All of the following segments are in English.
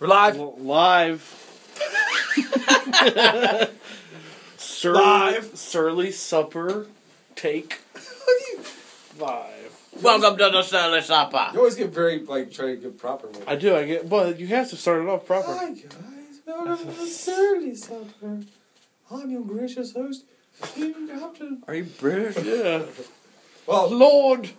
We're live. L- live. Surly, Live. Surly supper take five. Welcome to the Surly Supper. You always get very like trying to get proper with I it. do. I get, but you have to start it off proper. Hi guys, welcome to the Surly Supper. I'm your gracious host, Team Captain. Are you British? Yeah, Well, Lord,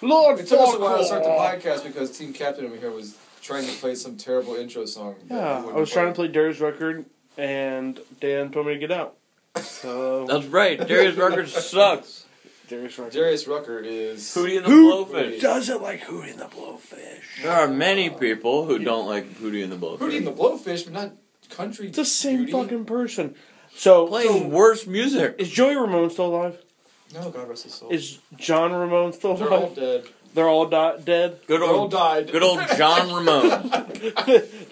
Lord. it took us a while to Farquhar. start the podcast because Team Captain over here was trying to play some terrible intro song. that he Yeah, wouldn't I was trying to play Derry's record, and Dan told me to get out. So That's right. Darius record sucks. Derry's record. Darius Rucker is. Hootie and the Who- Blowfish. Doesn't like Hootie and the Blowfish. There are many people who don't like Hootie and the Blowfish. Hootie and the Blowfish, but not country. It's the same beauty. fucking person. So, Playing so worse music. is Joey Ramone still alive? No, God rest his soul. Is John Ramone still They're all alive? dead. They're all di- dead. Good They're all old, died. good old John Ramone.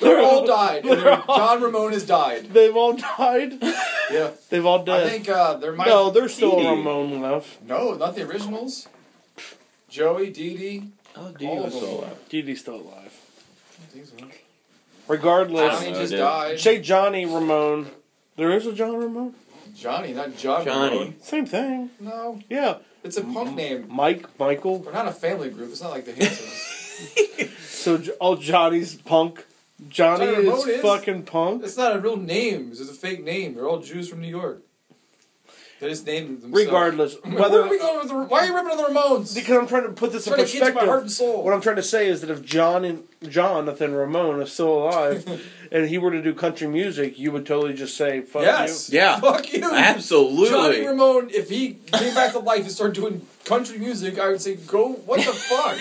They're all died. And they're- John Ramone has died. They've all died. Yeah. They've all dead. I think uh, there might no, there's still Dee a Dee. Ramon left. No, not the originals. Joey, Dee Dee. Oh, Dee was still alive. Dee Dee's still alive. Johnny Regardless, Johnny- just uh, dude. died. say Johnny Ramone. There is a John Ramone. Johnny, not John. Johnny. Ramone. Same thing. No, Yeah, it's a punk name. Mike, Michael. We're not a family group. It's not like the Hansons. So J- all Johnny's punk. Johnny Johnny is, Ramone is- fucking punk. it's not a real name. It's a fake name. They're all Jews from New York. They just named themselves. Regardless, Whether, Where are whether we going with the, why are you ripping on the Ramones? because I'm trying to put this in trying to get to my heart and perspective. soul. What I'm trying to say is that if John and Jonathan Ramone is still alive, and he were to do country music, you would totally just say "fuck yes. you." Yeah. Fuck you. Johnny Absolutely. Ramone, if he came back to life and started doing country music, I would say, go, what the fuck?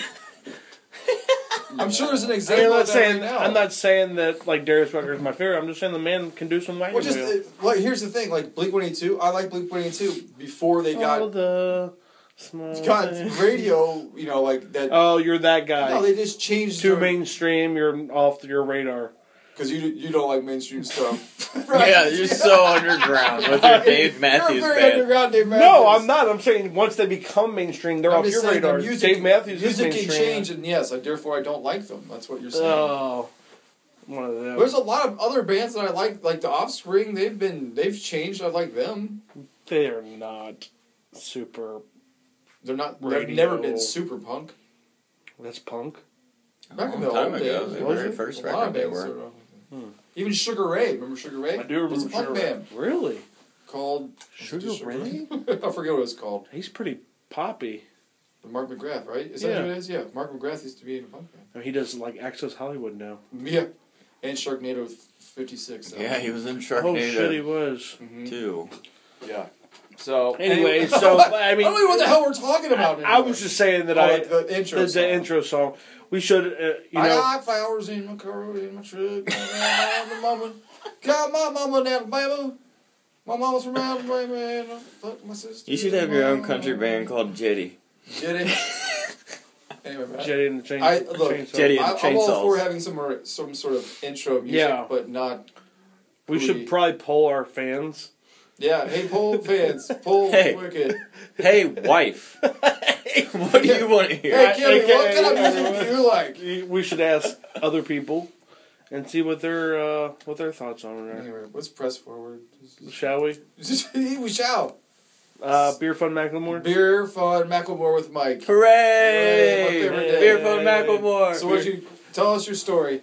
I'm sure there's an I mean, I'm example not of that right saying now. I'm not saying that like Darius Rucker is my favorite. I'm just saying the man can do some Well, wagon just, wheel. uh, like, here's the thing, like, Blink-182, I like Blink-182 before they All got, Oh, the small got things. radio, you know, like, that, Oh, you're no, that guy. they just changed Too mainstream. You're off your radar. Because you, you don't like mainstream stuff. Yeah, you're so underground with your Dave Matthews You're very band. underground, Dave Matthews. No, I'm not. I'm saying once they become mainstream, they're I'm off just your saying the radar. music, Dave Matthews is music can mainstream. change, and yes, I, therefore I don't like them. That's what you're saying. Oh, one of those. There's a lot of other bands that I like, like the Offspring. They've been they've changed. I like them. they are not super. They're not. They've Radio. never been super punk. That's punk. Back in A the long time old ago, days, the was very it? a first lot record of they bands. were. Are, Even Sugar Ray. Remember Sugar Ray? Hmm. I do It was a remember punk Sugar band Ray. Really, called Sugar Ray? I forget what it was called. He's pretty poppy. But Mark McGrath, right? Is that Yeah. who it is? Yeah, Mark McGrath used to be in a punk band. I mean, he does like Access Hollywood now. Yeah, and Sharknado '56. Yeah, he was in Oh shit, he Sharknado was. too. yeah. So Anyway, so I Mm-hmm. I mean, don't even know what the hell we're talking about. Anymore. I was just saying that Oh, I like the intro the, song. the intro song. We should, uh, you I know, got flowers in my car, in my truck, and my mama. Got my mama down, baby. My mama's from out of and I fuck my sister. You should have your own country band called Jetty. Get it? anyway, man. Jetty and the Chain. I- look, Chainsaw. Jetty and- I, I'm all for Chainsaws. having some or- some sort of intro music, Yeah. but not. We should Booty. probably poll our fans. Yeah, hey, poll fans, poll Hey. wicked. Hey, wife. what do you want to hear? Hey, Kimmy, what AKA, kind of music do you like? We should ask other people and see what their uh, what their thoughts on it Anyway, let's press forward. are. Shall we? we shall. Uh, Beer Fun Macklemore. Beer, fun, Macklemore with Mike. Hooray, my Hooray! favorite day. Beer from Macklemore. So, what you tell us your story?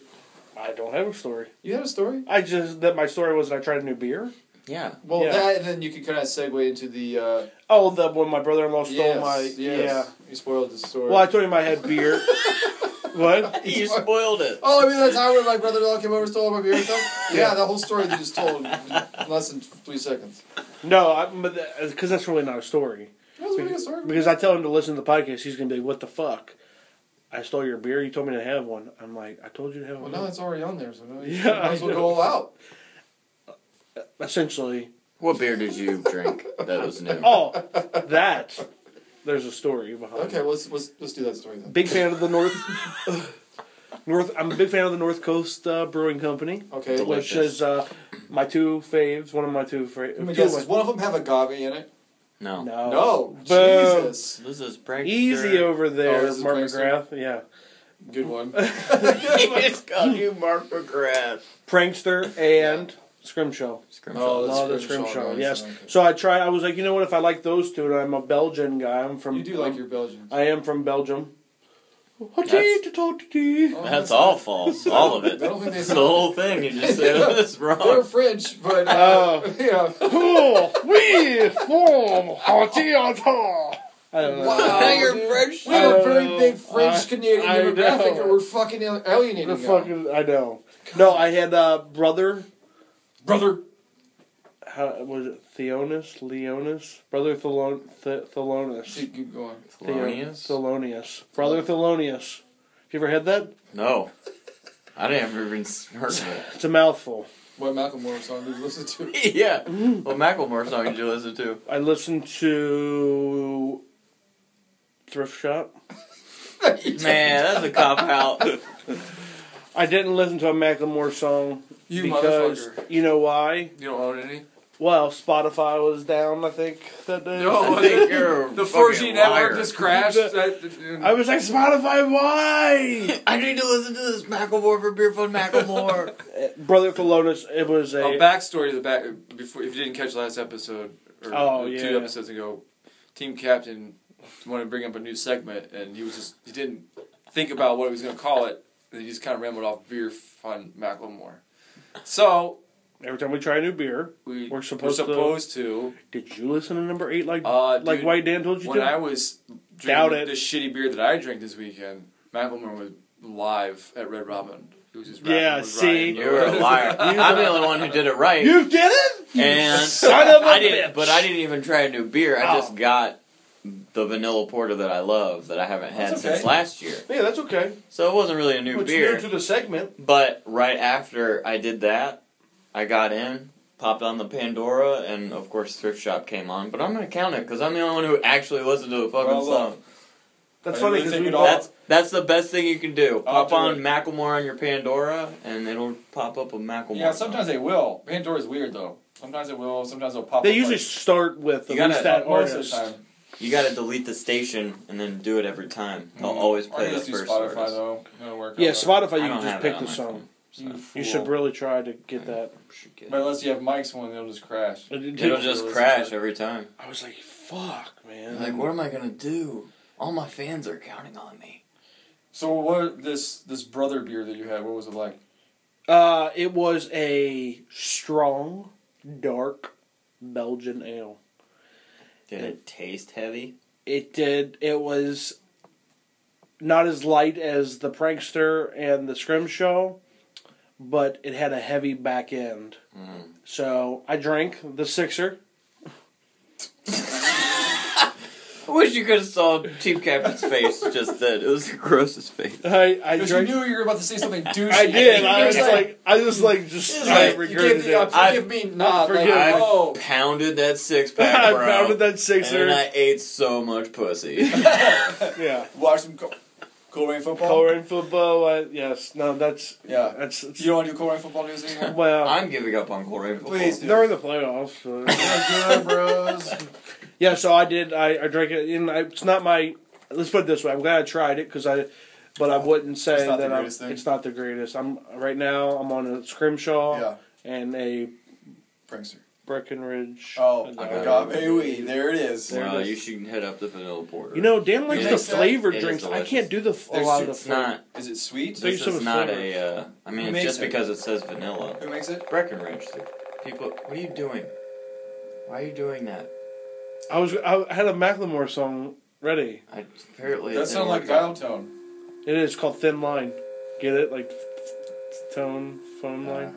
I don't have a story. You had a story? I just that my story was that I tried a new beer. yeah. Well, Yeah. that and then you can kind of segue into the uh, Oh, that when my brother in law stole yes, my yes, You spoiled the yeah. story. Well, I told him I had beer. what? You spoiled it. oh, I mean that's how when my brother-in-law came over and stole my beer. and stuff? yeah, that whole story that you just told in less than three seconds. No, because that's really not a story. That was a pretty good story. Because I tell him to listen to the podcast, he's gonna be like, "What the fuck? I stole your beer. You told me to have one." I'm like, "I told you to have well, one." now it's already on there, so now you Yeah, might as I well know. go all out. Essentially, What beer did you drink that was new? oh, that there's a story behind. Okay, it. well, let's let's let's do that story then. Big fan of the North. North. I'm a big fan of the North Coast uh, Brewing Company, Okay. Delicious. which is uh, my two faves. One of my two faves. Let me guess. Does one of them have agave in it? No. No. No. Oh. Boom. Jesus. This is prankster. Easy over Oh, there, this is Mark Frank Stern? McGrath. Yeah. Good one. it's called you Mark McGrath. Prankster and Scrimshaw. Oh, that's Love the Scrimshaw Scrimshaw, guys, yes. okay. So I tried. I was like, you know what? If I like those two, and I'm a Belgian guy, I'm from. You do like your Belgians. I am from Belgium. That's- Oh, That's not- all false. All of I it. don't think they It's the whole thing. You just said that's They're wrong. French, but uh, Oh. yeah. Oh. Cool. We form I don't know. Wow. now you're dude. French. We have a very Oh, big French I- Canadian I demographic, know. and we're fucking al- alienating The them. fucking I know. No, I had uh, brother. brother. How was it? Theonis, Leonis, brother Thelon, Th- Thelonus, Shit, keep going. Thelonious? Thelonius, brother Thelonius. You ever had that? No. I didn't ever even heard of It's a mouthful. What Malcolm Moore song did you listen to? it. yeah. Well, Macklemore song did you listen to? I listened to thrift shop. Man, that's a cop out. I didn't listen to a Macklemore song You because motherfucker. you know why? You don't own any? Well, Spotify was down. I think that day. No. I think you're a The fucking 4G network liar. just crashed. The- That- I was like Spotify. Why? I need to listen to this Macklemore for Beer Fun Macklemore. brother Thelonious. It was a. a backstory to the back before if you didn't catch last episode or Oh, two yeah. episodes ago, team captain wanted to bring up a new segment and he was just he didn't think about what he was going to call it and he just kind of rambled off beer fun Macklemore. So Every time we try a new beer, we We're were supposed supposed, to- to. Did you listen to number eight like Uh, like dude, White Dan told you when to? I was drinking Doubt it. the shitty beer that I drank this weekend, Macklemore was live at Red Robin. He was just rapping Yeah, with see? Ryan. You're a liar. I'm the only one who did it right. you did it, You and son of a I didn't, bitch. but I didn't even try a new beer. I Oh. just got the vanilla porter that I love that I haven't had That's since okay. last year. Yeah, that's okay. So it wasn't really a new It's beer. new to the segment. But right after I did that, I got in, popped on the Pandora, and of course Thrift Shop came on. But I'm gonna count it because I'm the only one who actually listened to the fucking Well, look. song. That's I funny really because think we it all- all That's that's the best thing you can do. I'll Pop do on it. Macklemore on your Pandora, and it'll pop up a Macklemore. Yeah, song. sometimes they will. Pandora's weird though. Sometimes it will. Sometimes they'll pop. they up, usually like, start with You at gotta- least that most of the artist. time. you gotta delete the station and then do it every time. They'll Mm. always Or play you the just do first Spotify artist. though. It'll work Yeah, out. Spotify. I You don't can just have pick that on the my song. phone, You so You fool. should really try to get that. should get But unless you have Mike's one, it'll just crash. it. It'll just crash every time. I was like, "Fuck, man!" Like, what am I gonna do? All my fans are counting on me. So what this this brother beer that you had? What was it like? Uh, it was a strong, dark Belgian ale. Did it taste heavy? It did. It was not as light as the prankster and the scrimshaw, but it had a heavy back end. Mm. So I drank the sixer. I wish you could have saw Team Captain's face just then. It was the grossest face. I I Because you drank. knew you were about to say something douchey. I did. I You was were like, I was like, just you I gave the, uh, regurgitated. I- forgive me, not like, forgive I me. oh, pounded that six pack, I bro. mounted that And sixer. I ate so much pussy. Yeah, watch some co- Cool Rain football. coloring football. I, yes, no, that's Yeah, that's. it's- you don't want to do Cool Rain football news anymore. well, I'm giving up on Cool Raven. Please do. they're in the playoffs. so- They're good, bros. Yeah, so I did. I, I drank it, and I, it's not my. Let's put it this way: I'm glad I tried it because I, but I wouldn't say It's not the that I'm, greatest thing. it's not the greatest. I'm right now. I'm on a scrimshaw Yeah, and a prankster. Breckenridge. Oh, And, I uh, got- agave oui, there it is. There Wow, it is. you should hit up the vanilla porter. You know, Dan You likes the think so? flavored It is drinks. I delicious. can't do the f- a There's lot two- of the. it's flavor. not. Is it sweet? Think This some is of not flavor. a. Uh, I Who mean, makes just it? because it says vanilla, Who makes it? Breckenridge. the People, what are you doing? Why are you doing that? I was. I had a Macklemore song ready. I, apparently, it That didn't sounds like work out. dial tone. It is called Thin Line. Get it like f- f- tone phone line.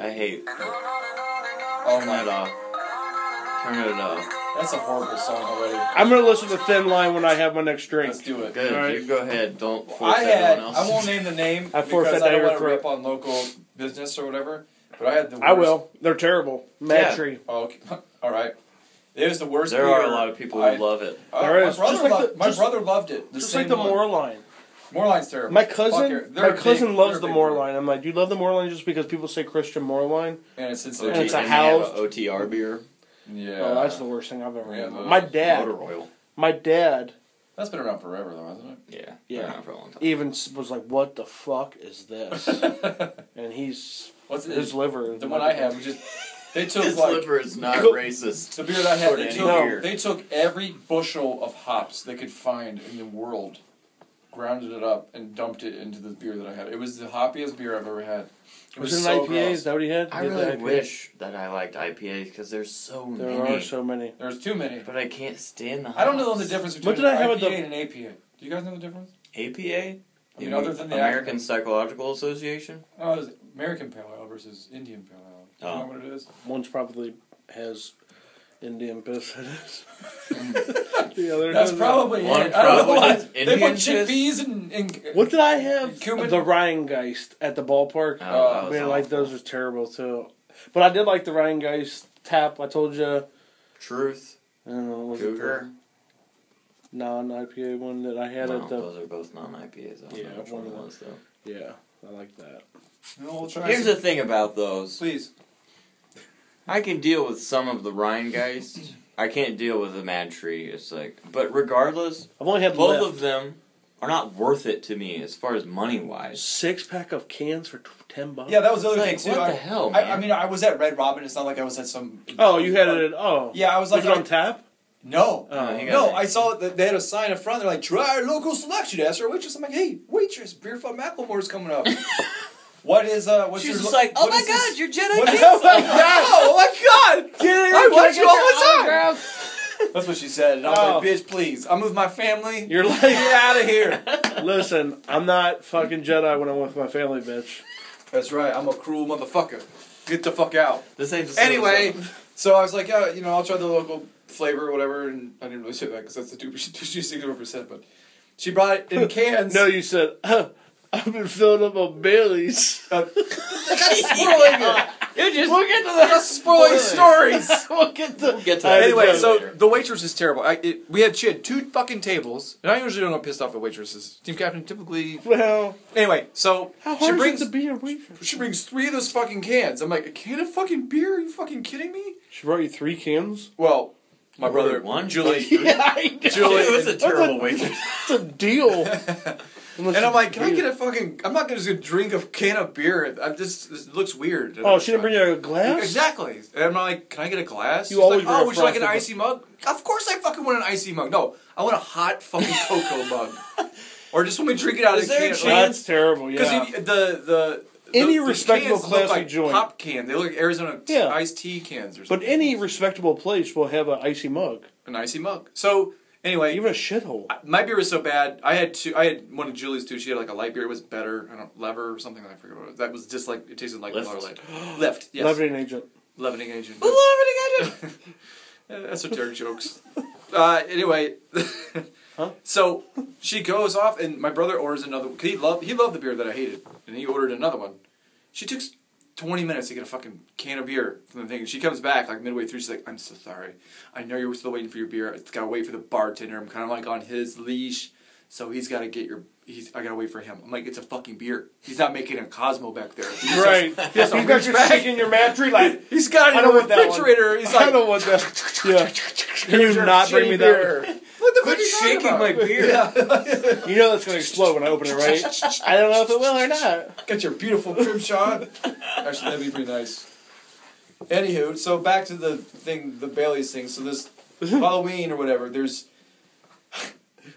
I hate. Uh-huh. Oh Turn my that god, off. Turn it off. that's a horrible song already. I'm gonna listen to Thin Line when I have my next drink. Let's do it. Good. All right. You go ahead. Don't force I had. everyone else. I won't name the name I forced because that I don't down your want to throat. rip on local business or whatever. But I had the. Worst, I will. They're terrible. Mad Yeah. Tree. Oh, okay. All right. It was the worst. There beer. are a lot of people who I- love it. Uh, There my is. Brother Just like loved, the- my just- brother loved it. The Just same like the one. Moorline. Moorline's terrible. My Fuck cousin, it. They're my a big- cousin they're loves a the big Moorline. I'm like, do you love the Moorline just because people say Christian Moorline? And it's since And it's a they house. have a OTR beer. Yeah. Oh, that's the Oh, worst thing I've ever Yeah, had. the- My dad, Motor oil. my dad That's been around forever, though, hasn't Yeah. Yeah. Around for a long time. Even s- was like, "What the fuck is this?" it? and he's What's it? his liver. The one I have, which is they took His like liver is not racist. the beer that I had. Or They any took, beer. they took every bushel of hops they could find in the world, grounded it up, and dumped it into the beer that I had. It was the hoppiest beer I've ever had. It was, was, it so an IPA? Is gross. that what he had? I He had the really IPA? wish that I liked IPAs because there's so there many. are so many. There was too many. but I can't stand the. I don't know hops. the difference between What did I have an at IPA the- and an APA. Do you guys know the difference? APA. I mean, other than the American Psychological Association. Oh, it's American Pale Ale versus Indian Pale Ale. Do you Oh. know what it is? One's probably has Indian piss in it. the other That's doesn't. probably One it. I don't know probably why. has They put Indian shit. chickpeas and, and What did I have? Cumin? The Rheingeist at the ballpark. Oh, Uh, that was Man, like awful. those are terrible too. But I did like the Rheingeist tap. I told you. Truth. I don't know. Was Cougar. it the non IPA one that I had No, at the? those are both non-IPAs. I don't Yeah, know which one one it of was though. Yeah, I like that. No, we'll try Here's some- the thing about those. please. I can deal with some of the Rheingeist. I can't deal with the Mad Tree. It's like, but regardless, I've only had both left. of them are not worth it to me as far as money wise. six pack of cans for t- ten bucks. Yeah, that was the other Like, thing too. what I, the hell, I, I man? mean, I was at Red Robin. It's not like I was at some. Oh, you had it at oh. Yeah, I was Was, like, it on I- tap? no, Oh, he no. got it. I saw that they had a sign in front. They're like, try our local selection. Ask our waitress. I'm like, hey, waitress, beer from Macklemore's coming up. what is uh? What's She's your just lo- like, oh what my is this- god, you're Jedi what is- King. Oh my god! I watch you all the time. That's what she said, and I was Oh. like, bitch, please. I'm with my family. You're like, Get out of here. listen, I'm not fucking Jedi when I'm with my family, bitch. That's right. I'm a cruel motherfucker. Get the fuck out. This ain't the same anyway, as the- so I was like, yeah, you know, I'll try the local flavor or whatever, and I didn't really say that because that's the two sixty-one percent. But she brought it in cans. No, you said "Huh, I've been filling up on Bailey's. uh, spoiling it. You're just We'll get to the spoiling stories. we'll get the. We'll get to that anyway, later. so the waitress is terrible. I, it, we had she had two fucking tables, and I usually don't get pissed off at waitresses. Team captain typically. Well, Anyway, so how she hard brings is it to be a waitress? she brings three of those fucking cans. I'm like, a can of fucking beer? Are you fucking kidding me? She brought you three cans. Well, my Ordered brother one. Julie. I know. Julie it was a and- terrible waitress. It's a deal. And I'm like, can I get a fucking? I'm not gonna just drink a can of beer. I'm just. This looks weird. Oh, she didn't bring you a glass. Exactly. And I'm like, can I get a glass? You She's always like, bring oh, a would you like an frosted icy mug? Of course, I fucking want an icy mug. No, I want a hot fucking cocoa mug, or just let me drink it out Is of the there a can. chance- That's terrible. Because the Yeah. the the Any those respectable cans look classy like joint. pop can. They look like Arizona t- Yeah. iced tea cans or But something. any respectable place will have an icy mug, an icy mug. So anyway, even a shithole. I- my beer was so bad. I had two. I had one of Julie's too. She had like a light beer. It was better. I don't lever or something. I forget what it was. That was just like it tasted like Left. Miller Lite. Left. Yes. Leavening, Lebanon agent. agent. Beloved again. Esoteric jokes. Uh, anyway, Huh? so she goes off, and my brother orders another. Cause he loved he loved the beer that I hated, and he ordered another one. She took s- twenty minutes to get a fucking can of beer from the thing. She comes back like midway through. She's like, "I'm so sorry. I know you're still waiting for your beer. It's gotta wait for the bartender. I'm kind of like on his leash, so he's gotta get your. He's I gotta wait for him. I'm like, it's a fucking beer. He's not making a Cosmo back there. Right. Yes, You've got your stick in your mattree. Like He's got I it in don't the want that one. refrigerator. He's I like, don't want that. Yeah. Can Here's you your not bring me shitty that? beer. What the fuck Quit are you talking shaking about? my beer. one? You know that's gonna explode when I open it, right? I don't know if it will or not. Got your beautiful Crimshaw. Actually, that'd be pretty nice. Anywho, so back to the thing, the Bailey's thing. So this Halloween or whatever, there's.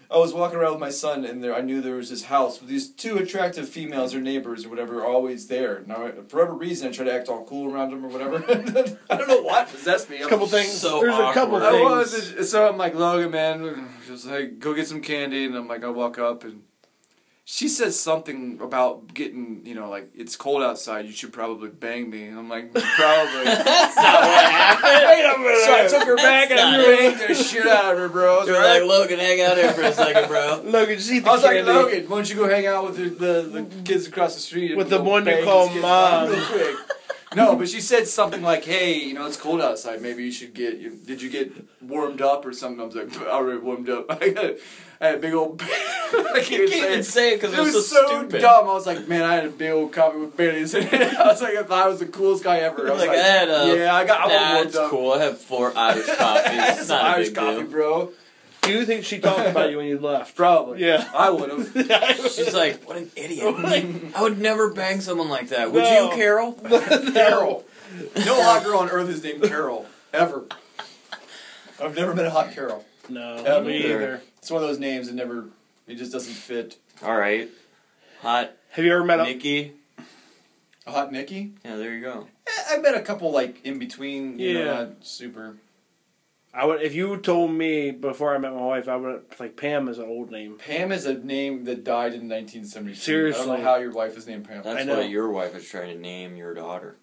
I was walking around with my son, and there I knew there was this house with these two attractive females or neighbors or whatever, are always there. Now, for whatever reason, I try to act all cool around them or whatever. I don't know what possessed me. A I'm- couple things. So There's a couple awkward. I things. was and so I'm like Logan, man. Just like go get some candy, and I'm like I walk up and she says something about getting you know like it's cold outside. You should probably bang me. And I'm like probably. Wait a minute. so I took her back and I That's banged the shit out of her, bro. I was You're like like, Logan, hang out here for a second, bro. Logan, see the I was like candy. Logan, why don't you go hang out with the, the, the kids across the street? and With the go one you bang call these kids mom." real quick." No, but she said something like, "Hey, you know it's cold outside. Maybe you should get. You, did you get warmed up or something?" I was like, "I already warmed up. I had, a- I had a big old. I can't You can't even say even it. say it because It it was, was so, so stupid. dumb. I was like, man, I had a big old coffee with Bailey's in it. I was like, I thought I was the coolest guy ever. I was Like, uh, like, I had a- yeah, I got. I Nah, warmed it's up. cool. I have four Irish coffees. It's It's not a Irish big coffee, deal. bro. Do you think she talked about you when you left? Probably. Yeah. I would have. She's like, what an idiot. I would never bang someone like that. Would No. you, Carol? Carol. No hot girl on earth is named Carol. Ever. I've never met a hot Carol. no, Yeah, me neither. either. It's one of those names that never. It just doesn't fit. All right. Hot Have you ever met a Nikki. A hot Nikki? Yeah, there you go. Eh, I met a couple like in between. You Yeah. Know, not super. I would if you told me before I met my wife, I would like Pam is an old name. Pam is a name that died in 1972. I don't Seriously. know how your wife is named Pam. That's know. what your wife is trying to name your daughter.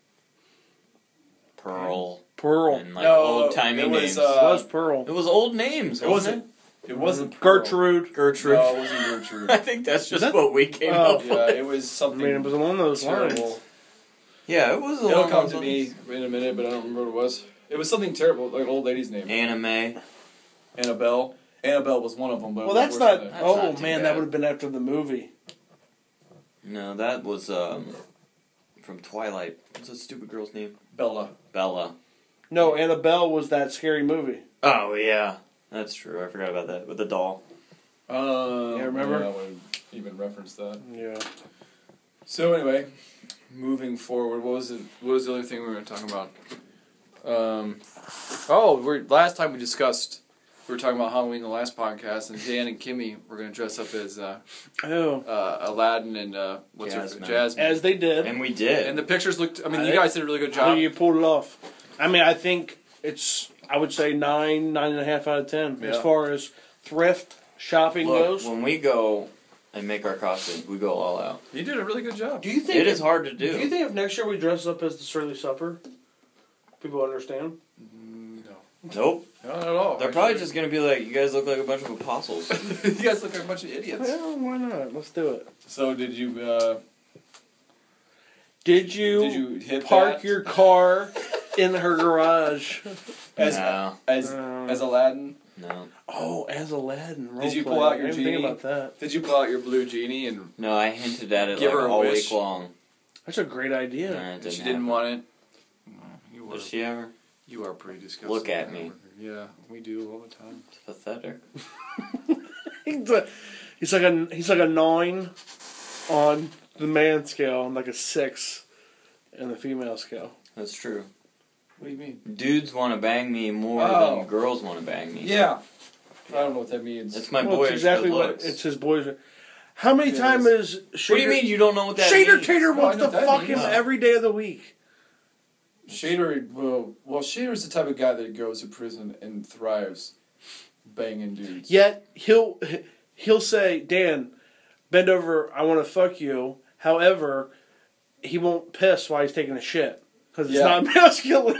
Pearl. Pearl. And like No, old timey it was, names. it uh, was Pearl. it was old names. it wasn't wasn't. It wasn't Pearl. Gertrude. it? Gertrude. No, it wasn't Gertrude. I think that's just that- what we came Oh. up with. yeah, it was I something. mean, it was along those lines. terrible. Yeah, it was a It'll long come to me in a minute, but I don't remember what it was. It was something terrible, like an old lady's name. Anime. Annabelle. Annabelle was one of them, but Well, it was worse that's not. than that. That's oh not too man, bad. that would have been after the movie. No, that was um from Twilight. What's that stupid girl's name? Bella. Bella. No, Annabelle was that scary movie. Oh yeah. That's true. I forgot about that. With the doll. Um, Yeah, remember? I would even reference that. Yeah. So anyway, moving forward, what was it? What was the other thing we were talking about? Um, oh, we're last time we discussed we were talking about Halloween in the last podcast, and Dan and Kimmy were going to dress up as uh, Oh, uh, Aladdin and uh, what's Jasmine. her Jasmine. as they did. And we did. and the pictures looked. I mean, I you think- guys did a really good I job. think you pulled it off. I mean, I think it's. I would say nine, nine and a half out of ten as Yeah. far as thrift shopping Look, goes. when we go and make our costumes, we go all out. You did a really good job. do you It is hard to Do you do. think if next year we dress up as the Surly Supper, people understand? No, Nope. not at all. They're probably just gonna be like, "You guys look like a bunch of apostles." just. you guys look like a bunch of idiots. Well, why not? Let's do it. So did you? Uh, Did you, did you hit park that your car in her garage? as no, as Um, as Aladdin? no, oh, as Aladdin. Role Did you play. pull out I your E? didn't think genie? about that. Did you pull out your blue genie and no. I hinted at it Give like her a all week wish. long. That's a great idea. Nah, it she didn't happen. want it. Mm, You are, Does she ever? you are pretty disgusting. Look at me. Yeah, we do all the time. It's pathetic. He's a- he's like a he's like a nine on the man scale and like a six in the female scale. That's true. What do you mean? Dudes want to bang me more Oh. than girls want to bang me. Yeah. I don't know what that means. it's my Well, boyish it's exactly good what looks. it's his boys. How many Yes. times is Shader, what do you mean you don't know what that Shader means? Tater No, I wants know to that fuck means. him every day of the week. Shader, well, well, Shader's the type of guy that goes to prison and thrives banging dudes. Yet he'll he'll say, Dan, bend over. I want to fuck you. However, he won't piss while he's taking a shit because it's Yeah. not masculine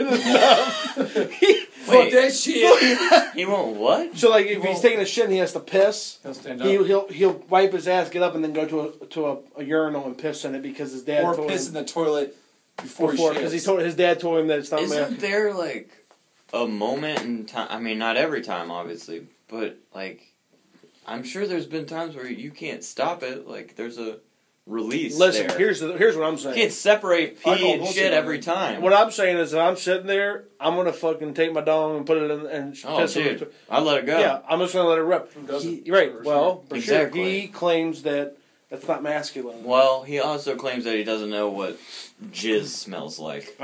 enough. He- Fuck Wait. that shit! He won't what? so like, if he's won't- taking a shit and he has to piss. He'll stand He, up. he'll he'll wipe his ass, get up, and then go to a, to a, a urinal and piss in it because his dad Or told piss in him the toilet before, before he shits. because he told his dad told him that it's not Isn't Oh, man. there like a moment in time? I mean, not every time, obviously, but like, I'm sure there's been times where you can't stop it. Like, there's a release. Listen, there. here's the, here's what I'm you saying. can't separate I call pee and bullshit shit on every that. time. What I'm saying is, that I'm sitting there, I'm gonna fucking take my dong and put it in and sh- oh, piss in dude, between- I let it go. Yeah, I'm just gonna let it rip. Who doesn't? He- right. Well, for sure, Exactly. he claims that that's not masculine. Well, he also claims that he doesn't know what jizz smells like.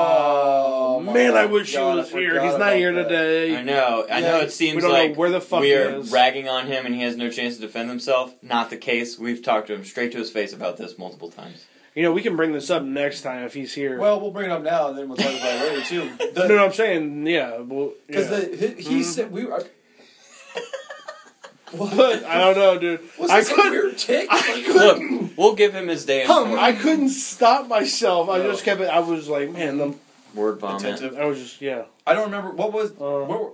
Oh, my Ah. man, I wish God, he I was here. forgot He's not about here that. today. I know. I know. Yeah, It seems we don't like know where the fuck we he are is. ragging on him, and he has no chance to defend himself. Not the case. We've talked to him straight to his face about this multiple times. You know, we can bring this up next time if he's here. Well, we'll bring it up now, and then we'll talk about it later too. no, The- no, I'm saying, yeah. Well, yeah. Because the he, he said we were. but I don't know, dude. Was I this a couldn't- weird tick? I Look, couldn't. we'll give him his day. in hum, court. I couldn't stop myself. I No. just kept it. I was like, man, the, Word vomit. Attentive. I was just yeah. I don't remember what was. what were-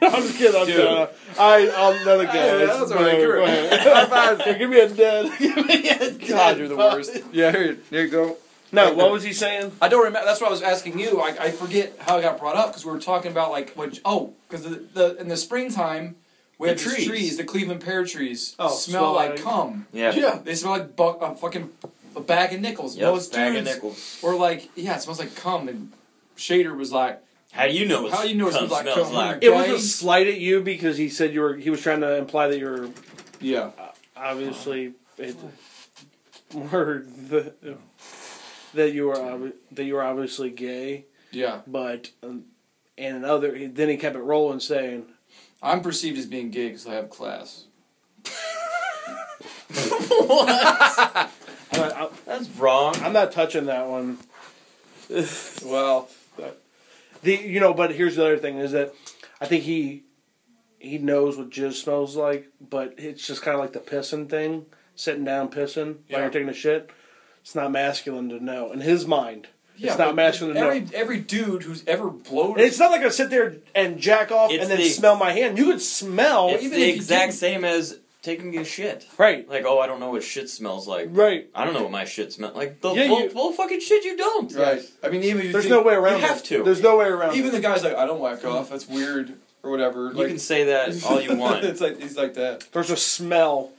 I'm just kidding. I'm Dude. done. I I'm not a Hey, guy. that was alright. Go You're ahead. High five. Give me a dead. Give me a dead. God, you're the five. worst. Yeah, here, here you go. No, what was he saying? I don't remember. That's what I was asking you. I, I forget how it got brought up because we were talking about like what. Oh, because the, the in the springtime we had The these trees. trees. the Cleveland pear trees, Oh, smell smell like like- cum. Yeah. They smell like bu- a fucking a bag of nickels. Yep, Most bag of dudes nickels. were like, yeah, it smells like cum, and Shader was like, How do you know? It's How do you know it cum smells like smells cum? like? It was a Guys. slight at you because he said you were. He was trying to imply that you were Yeah. obviously it, were the, that you were obvi- that you were obviously gay, Yeah. but um, and another. he- Then he kept it rolling, saying, I'm perceived as being gay because I have class. "I'm not, That's wrong. I'm not touching that one." Well, The you know, but here's the other thing is that I think he he knows what jizz smells like, but it's just kind of like the pissing thing, sitting down pissing while Yeah. you're taking a shit. It's not masculine to know in his mind. yeah, it's not but masculine to know. Every every dude who's ever blowed, And it's not like I sit there and jack off It's and then the- smell my hand. You could smell it's even the if you exact didn't- same as taking a shit. right, Like, oh, I don't know what shit smells like. right. I don't know what my shit smells like. The Yeah, full, you- full fucking shit you don't. right? I mean, even if you There's think- no way around. you have it. to. There's no way around. Even the Even guy's like, I don't whack off. That's weird or whatever. You like, can say that all you want. it's like he's like that. there's a smell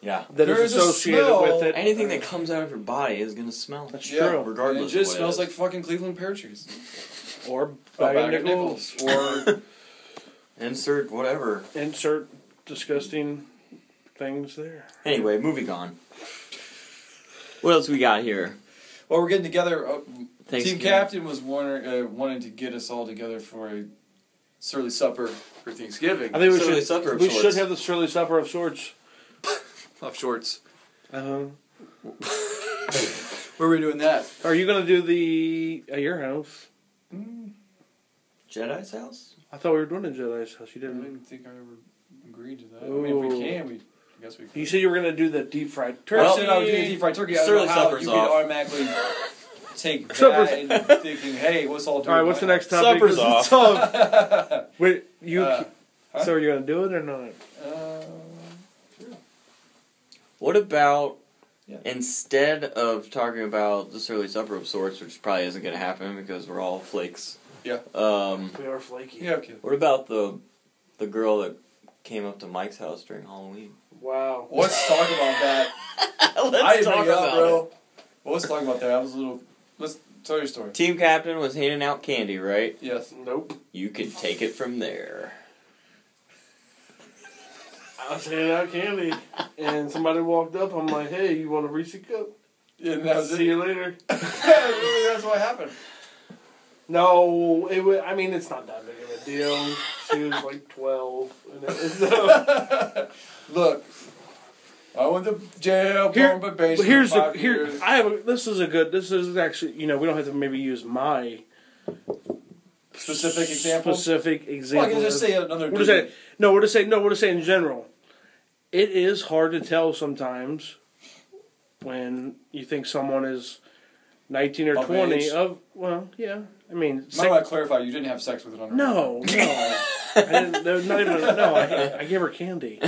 yeah. that is There is a associated smell. with it. Anything that comes out of your body is gonna smell. That's Yeah. true. And it Regardless. just of smells what like it fucking Cleveland pear trees. Or Or bag of nickels. Or is. Insert whatever. Insert disgusting things there. Anyway, movie gone. What else we got here? well, we're getting together. Uh, Thanksgiving. Team captain was warner, uh, wanting to get us all together for a surly supper for Thanksgiving. I think we Surly should. supper of we sorts. should have the surly supper of sorts. Off shorts. Uh-huh. Where are we doing that? Are you gonna do the at your house? Hmm. Jedi's house. I thought we were doing a Jedi's house. You I didn't. didn't think I ever agreed to that. I mean, if Ooh. we can, we I guess we. Could. You said you were gonna do the deep fried turkey. I said I was doing deep fried turkey. I don't Surly know how supper's you off. could automatically take Supper's- that and thinking, hey, what's all All right, what's the next topic? Supper's It's up. Wait, you. Uh, huh? So are you gonna do it or not? Uh, What about Yeah. instead of talking about the surly supper of sorts, which probably isn't going to happen because we're all flakes. Yeah. Um, We are flaky. yeah, okay. what about the the girl that came up to Mike's house during Halloween? Wow. Let's talk about that. Let's I didn't bring it up, bro. Well, let's talk about that. I was a little. Let's tell your story. it. Team captain was handing out candy, right? Yes. Nope. You can take it from there. I was handing out candy, and somebody walked up. I'm like, "Hey, you want a Reese cup? And that was See it. you later." Really, that's what happened. No, it was, I mean, it's not that big of a deal. She was like 12. And it was, so. Look, I went to jail. Here- born but basement, here's the five here. years. I have a, this is a good. This is actually you know we don't have to maybe use my specific example. specific Well, I example. can just of- say another. We'll just say no. We'll just say no. We'll just say in general. It is hard to tell sometimes when you think someone is nineteen or Of twenty. age. Of well, yeah. I mean, Might sec- want to clarify. You didn't have sex with an underage. no, no. I didn't, there was not even no. I, I gave her candy.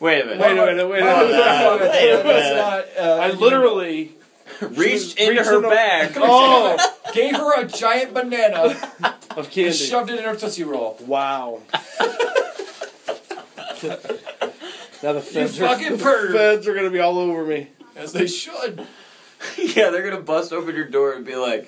Wait a minute. Wait a minute. Wait a Why would minute. I clarify that? Wait a That's not, uh, I literally. Reached She was into her reaching bag. Oh, gave her a giant banana of and candy. shoved it in her tootsie roll. Wow. now the You feds, are, fucking perv. feds are gonna be all over me. As they should. Yeah, they're gonna bust open your door and be like,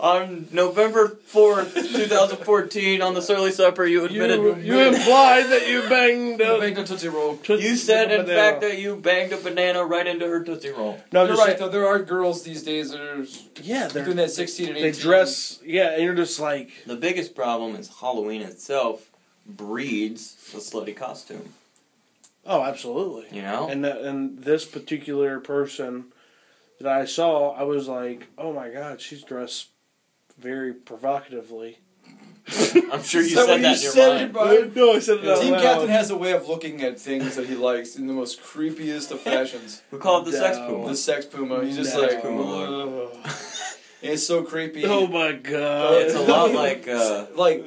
on November fourth, two thousand fourteen, on the Surly Supper, you admitted You, you implied that you banged You up. baked a tootsie roll. you said in fact that you banged a banana right into her tootsie roll. no, I'm You're just right saying- though. There are girls these days that are yeah, between they're, that 16 and 18. they dress. Yeah, and you're just like The biggest problem is Halloween itself breeds the slutty costume. oh, absolutely. You know, And that, and this particular person that I saw, I was like, oh my god, she's dressed very provocatively. I'm sure you So said when that you in your said mind. it, Right. No, I said it out Team loud. Captain has a way of looking at things that he likes in the most creepiest of fashions. we call it the sex No. puma. The sex puma. He's just No. like, Puma "Ugh." it's so creepy. oh my god, Oh, It's a lot like uh, Like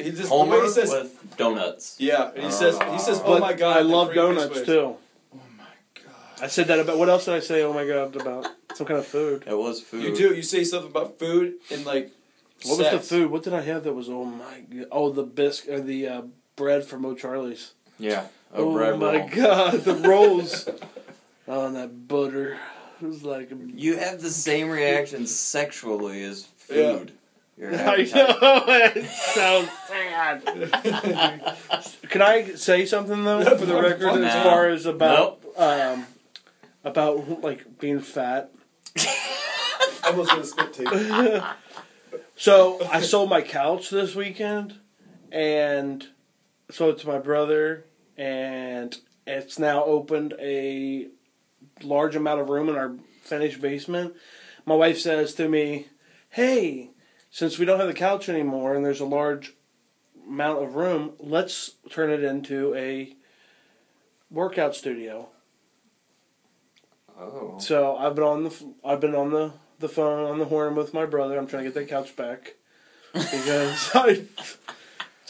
he just the Homer way he says, with donuts. yeah. And he says, he says, oh But my god, Uh, I the love creepiest donuts ways." too. Oh my god. I said that about what else did I say? Oh my god, about some kind of food. It was food. You do. You say something about food and like. What was sex. the food? What did I have that was oh my god? Oh, the bisc or the uh, bread from O'Charlie's. Yeah, a oh bread my roll. god, the rolls. oh, and that butter. It was like You have the same reaction sexually as Yeah. food. Your I appetite. know it's so sad. Can I say something though for the record as No. far as about um, about like being fat? I almost did a spit take. So I sold my couch this weekend, and sold it to my brother, and it's now opened a large amount of room in our finished basement. My wife says to me, "Hey, since we don't have the couch anymore, and there's a large amount of room, let's turn it into a workout studio." Oh. So I've been on the f- I've been on the the phone on the horn with my brother. I'm trying to get that couch back because I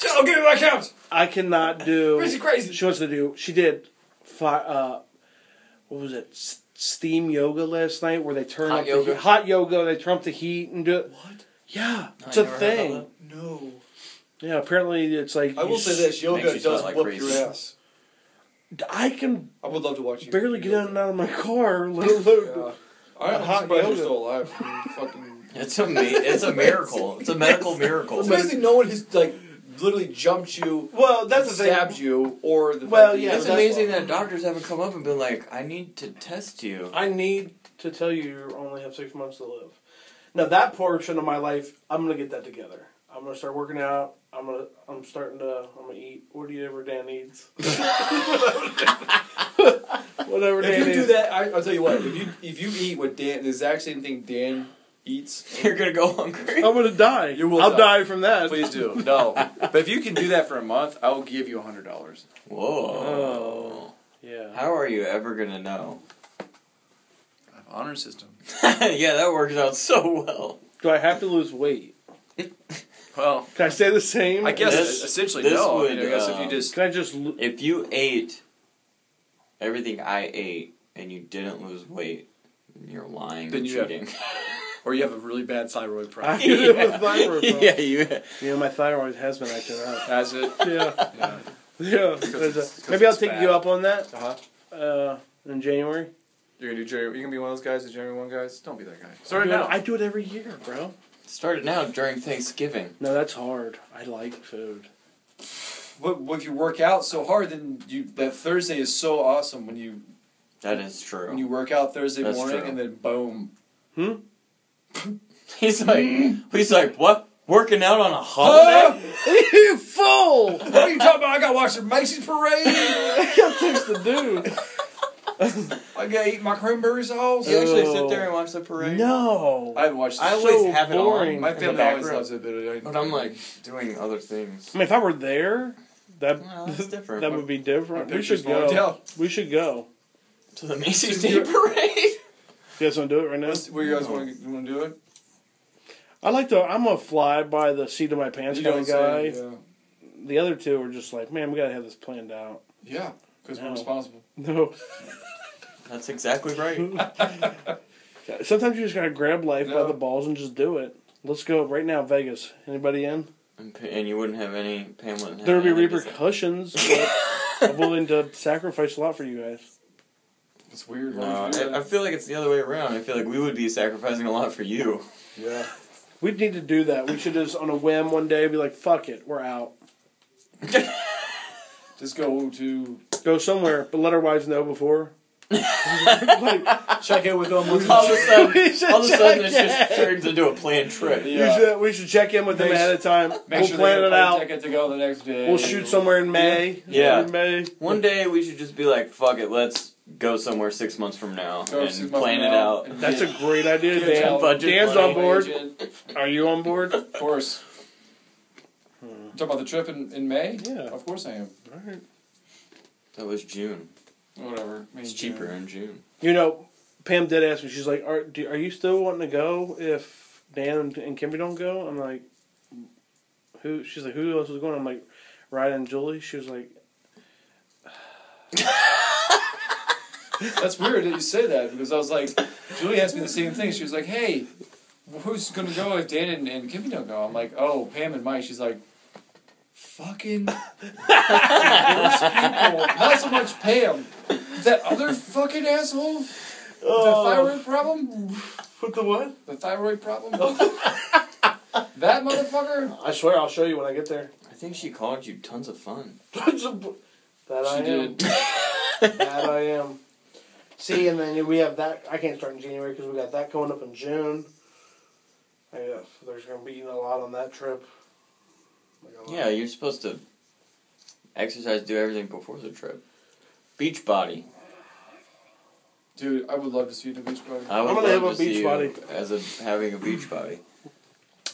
Oh, give me my couch. I cannot do. Crazy, crazy. She wants to do. She did. Fi- uh, what was it? S- steam yoga last night where they turn Hot up The yoga? heat, hot yoga. They turn up the heat and do it. What? Yeah, I it's a never heard about thing. No. Yeah, apparently it's like I you will say this: yoga Makes you does sound like whoop crazy. your ass. s- I can I would love to watch you. barely do get in and yoga. out of my car. Let alone. Yeah. I'm Hot surprised you're yoga. still alive. You fucking. It's a ma- it's a miracle. It's a medical miracle. It's amazing no one has like literally jumped you, Well, that's the thing. stabbed you, or the. Well, fact that you yeah, have It's a amazing Tesla. that doctors haven't come up and been like, "I need to test you." I need to tell you you only have six months to live. Now that portion of my life, I'm gonna get that together. I'm gonna start working out. I'm gonna. I'm starting to. I'm gonna eat. What do you ever Dan needs? Whatever Dan If you do needs. that, I, I'll tell you what. If you if you eat what Dan, the exact same thing Dan eats, You're gonna go hungry. I'm gonna die. You will I'll die. die. from that. Please do. No. But if you can do that for a month, I will give you $100. Whoa. Yeah. How are you ever gonna know? I have honor system. yeah, that works out so well. Do I have to lose weight? Well, Can I stay the same? I guess This- essentially this no. I, would, mean, I guess if you um, just Can I just? Lo- If you ate everything I ate and you didn't lose weight, then you're lying. Then and you have- cheating. or you have a really bad thyroid I problem. have a thyroid problem. yeah, you. You know, my thyroid has been acting up. That's it. Yeah. Yeah. Yeah. it's- 'cause Maybe I'll it's take bad. you up on that Uh-huh. uh, in January. You're gonna do Jerry. You gonna be one of those guys, the Jeremy one guys. Don't be that guy. I Start do it it- now. I do it every year, bro. Started now during Thanksgiving. No, that's hard. I like food. But but if you work out so hard, then you that Thursday is so awesome when you That is true. when you work out Thursday That's morning true. and then boom. he's like, Mm. he's like, what? Working out on a Oh. holiday? you fool! what are you talking about? I got to watch the Macy's parade. I got things to do. I got to eat my cranberry sauce. You actually Oh. sit there and watch the parade? No. I haven't watched. I this always So have it boring. on. My in the family back always room. loves it, but, I, But I'm like doing other things. I mean, if I were there, that Well, that's different. that would be different. We picture's should going go. down. We should go. to the Macy's Day Parade. You guys want to do it right now? What's- Where you guys want to want to do it? I like to. I'm a fly by the seat of my pants You kind don't of say, uh, guy. Yeah, The other two are just like, man, we gotta have this planned out. yeah, because No. we're responsible. No. That's exactly right. Sometimes you just gotta grab life No. by the balls and just do it. Let's go right now, Vegas. Anybody in? And, pa- and you wouldn't have any. Pam wouldn't have. There will be any repercussions. but I'm willing to sacrifice a lot for you guys. It's weird. No, why would you do I, I that? feel like it's the other way around. I feel like we would be sacrificing a lot for you. yeah. We need to do that. We should just on a whim one day be like, "Fuck it, we're out. Just go to Go somewhere, but let our wives know before." like, check in with them. once All of a a- sudden, we should all of a sudden, check it in. just turns into a planned trip. We Yeah. should, we should check in with them Make ahead of time. Make we'll sure plan they get a it plane out. Ticket to go the next day. We'll shoot somewhere in May. Yeah. In May. One day we should just be like, "Fuck it, let's go somewhere six months from now Go and six months plan from it now. out." And That's a get- great idea, Good Dan. job. Budget Dan's money. on board. Agent, Are you on board? All Of course. Talking about the trip in, in May? Yeah. Of course I am. right. That was June. Whatever. May, It's June. cheaper uh, in June. You know, Pam did ask me. She's like, "Are do, are you still wanting to go if Dan and, and Kimby don't go?" I'm like, "Who?" She's like, "Who else is going?" I'm like, "Ryan and Julie." She was like, That's weird that you say that because I was like, Julie asked me the same thing. She was like, hey, who's going to go if Dan and, and Kimmy don't go? I'm like, oh, Pam and Mike. She's like, fucking worst people. Not so much Pam. That other fucking asshole? The Oh. thyroid problem? "What the what?" The thyroid problem? That motherfucker? I swear I'll show you when I get there. I think she called you tons of fun. that She I am. did. That I am. See, and then we have that. I can't start in January because we got that coming up in June. I got, there's going to be a lot on that trip. Like a lot. Yeah, you're supposed to exercise, do everything before the trip. Beach body. Dude, I would love to see the beach party. I would I'm gonna love have to a beach see you body. as a having a beach body.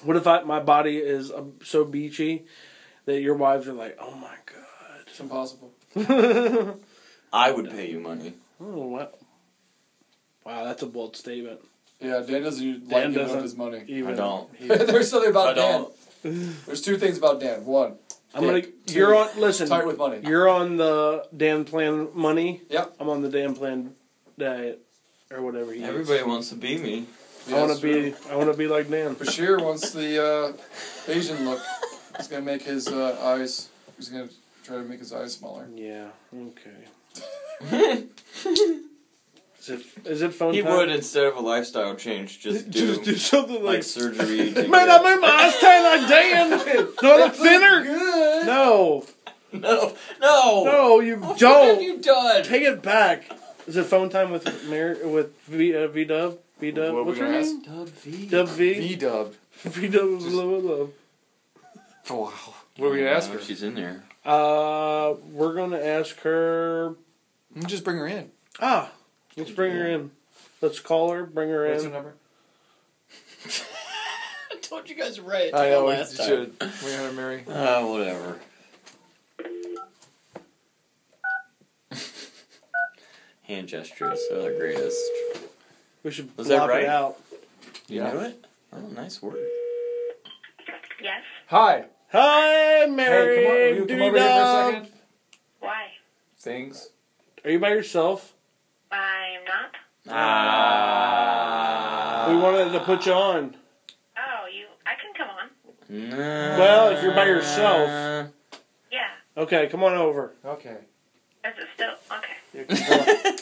What if I, my body is um, so beachy that your wives are like, oh my god. It's impossible. I would pay you money. Oh, wow. Wow, that's a bold statement. Yeah, Dan doesn't Dan like giving doesn't- up his money. I Even don't. There's something I about Dan. don't. There's two things about Dan. One, I'm gonna. Dick, two, You're on. Listen, tight with money. you're on the damn plan money. Yep. I'm on the damn plan diet, or whatever. He Everybody wants to be me. Eats. I want to be. I want to be like Dan. Bashir wants the uh, Asian look. He's gonna make his uh, eyes. He's gonna try to make his eyes smaller. Yeah. Okay. is it? Is it phone He time? would instead of a lifestyle change, just do Just do something like like. surgery. to Man, get- I made my eyes tan like Dan. No, I'm thinner. Good. No, no, no, no, you What have don't. you done? Take it back. Is it phone time with Mary, with V uh, V Dub V Dub? What What's we her gonna ask? name? Dub V. Dub V V dubbed. V Dub Love Love. Oh wow. What are we gonna I don't ask know her? if She's in there. Uh, we're gonna ask her. Just bring her in. Ah, let's bring her in. Let's call her. Bring her What's her in. number? I told you guys to write it I know. down We last time. should. We gotta marry. Uh, whatever. Hand gestures are the greatest. We should Was blop that right? it out. You Yeah. knew it? Oh, nice work. Yes. Hi. Hi, Mary. Hey, come on. Will you come over here for a doo-dah. second? Why? Things. Are you by yourself? I'm not. Ah. we wanted to put you on. Oh, you. I can come on. Well, if you're by yourself. Yeah. Okay, come on over. Okay. Is it still okay? Ah.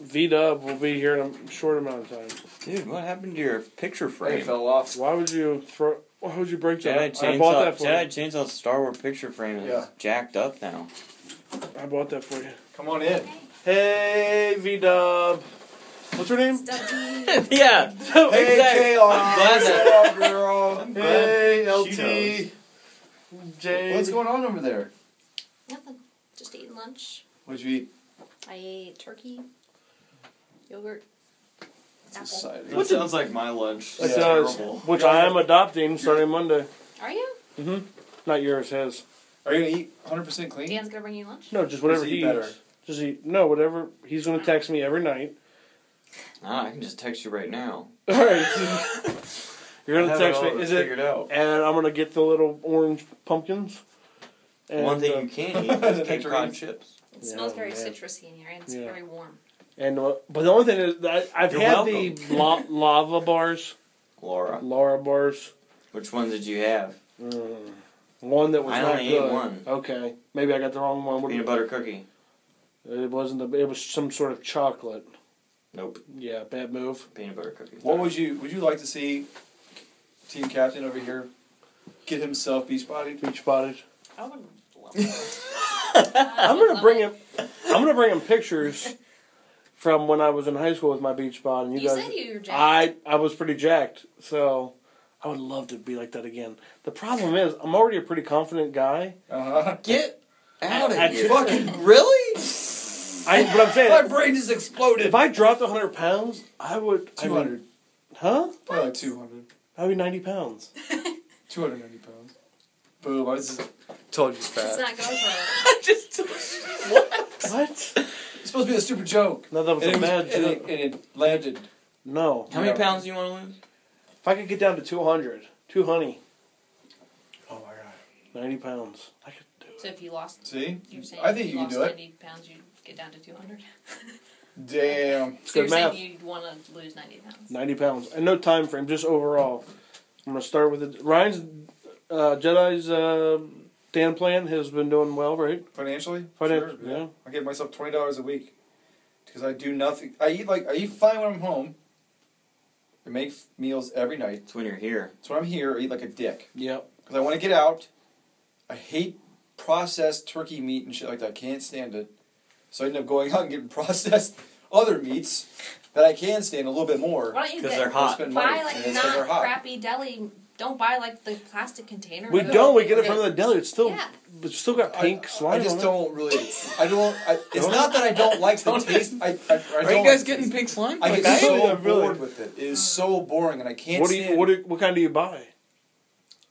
V Dub will be here in a short amount of time. Dude, what happened to your picture Hey, frame? fell off. Why would you throw? Why would you break Jedi that? I Chainsaw, bought that for Jedi you. Chainsaw Star Wars picture frame is Yeah. jacked up now. I bought that for you. Come on in. Hey, V Dub. What's her name? yeah. Hey, Exactly. Kayla. I'm glad that girl. Hey, She LT. Jade. What's going on over there? Nothing. Just eating lunch. What'd you eat? I ate turkey, yogurt, apple. Society. That sounds like my lunch. It Yeah. does, Terrible. which I am adopting starting Monday. Are you? Not yours, his. Are you gonna eat 100% clean? Dan's gonna bring you lunch. No, just whatever Just eat he better. eats. Just eat. No, whatever. He's gonna text me every night. Ah, I can just text you right now. All right. You're I gonna have text all me. Is it? figured out. And I'm gonna get the little orange pumpkins. And, One thing uh, you can eat is Cape Cod chips. It smells Yeah, very man. citrusy in here and it's Yeah. very warm. and uh, but the only thing is that I, I've You're had the la- lava bars, Laura, Laura bars. which one did you have? Mm. One that was I not only ate good. one. Okay, maybe I got the wrong one. What- Peanut butter cookie. It wasn't. The, it was some sort of chocolate. Nope. Yeah, bad move. Peanut butter cookie. What would you would you like to see team captain over here get himself beach bodied? Beach bodies. I would love it. I'm gonna bring him. I'm gonna bring him pictures from when I was in high school with my beach bod, and you, You guys. said you were jacked. I I was pretty jacked, so I would love to be like that again. The problem is, I'm already a pretty confident guy. Uh-huh. Get out I- I- of here. Fucking- really? I but I'm My saying brain just exploded. if I dropped 100 pounds, I would. I Two mean- hundred. huh? Probably like 200. I'd be 90 pounds. 290 pounds. Boom! I just told you Let's fat. not go for it. what? It's supposed to be a stupid joke. No, that was And it, a was- bad and it, joke. and it landed. No. How many pounds do you want to lose? If I could get down to 200, 200, Oh my god. 90 pounds, I could do it. So if you lost, See? you're saying I think if you can lost do it. 90 pounds, you'd get down to 200. Damn. so you're good math. saying you'd want to lose 90 pounds. 90 pounds. And no time frame, just overall. I'm going to start with it. Ryan's, uh, Jedi's uh, Dan plan has been doing well, right? Financially? Finan- Sure, yeah. I give myself twenty dollars a week because I do nothing. I eat like I eat fine when I'm home. I make f- meals every night. It's when you're here. So when I'm here, I eat like a dick. Yep. Because I want to get out. I hate processed turkey meat and shit like that. I can't stand it. So I end up going out and getting processed other meats that I can stand a little bit more. Why don't you Because get, they're hot. Spend money. buy like and it's 'cause they're not hot. crappy deli? Don't buy like the plastic container. We food. don't. We get it We're from gonna- the deli. It's still, Yeah. it's still got pink slime. I just on it. don't really. I don't. I, it's not that I don't like the taste. I, I, I Are don't, you guys getting pink slime? I I get so am? Really? bored with it. It is so boring, and I can't What do stand. you? What? Are, what kind do you buy?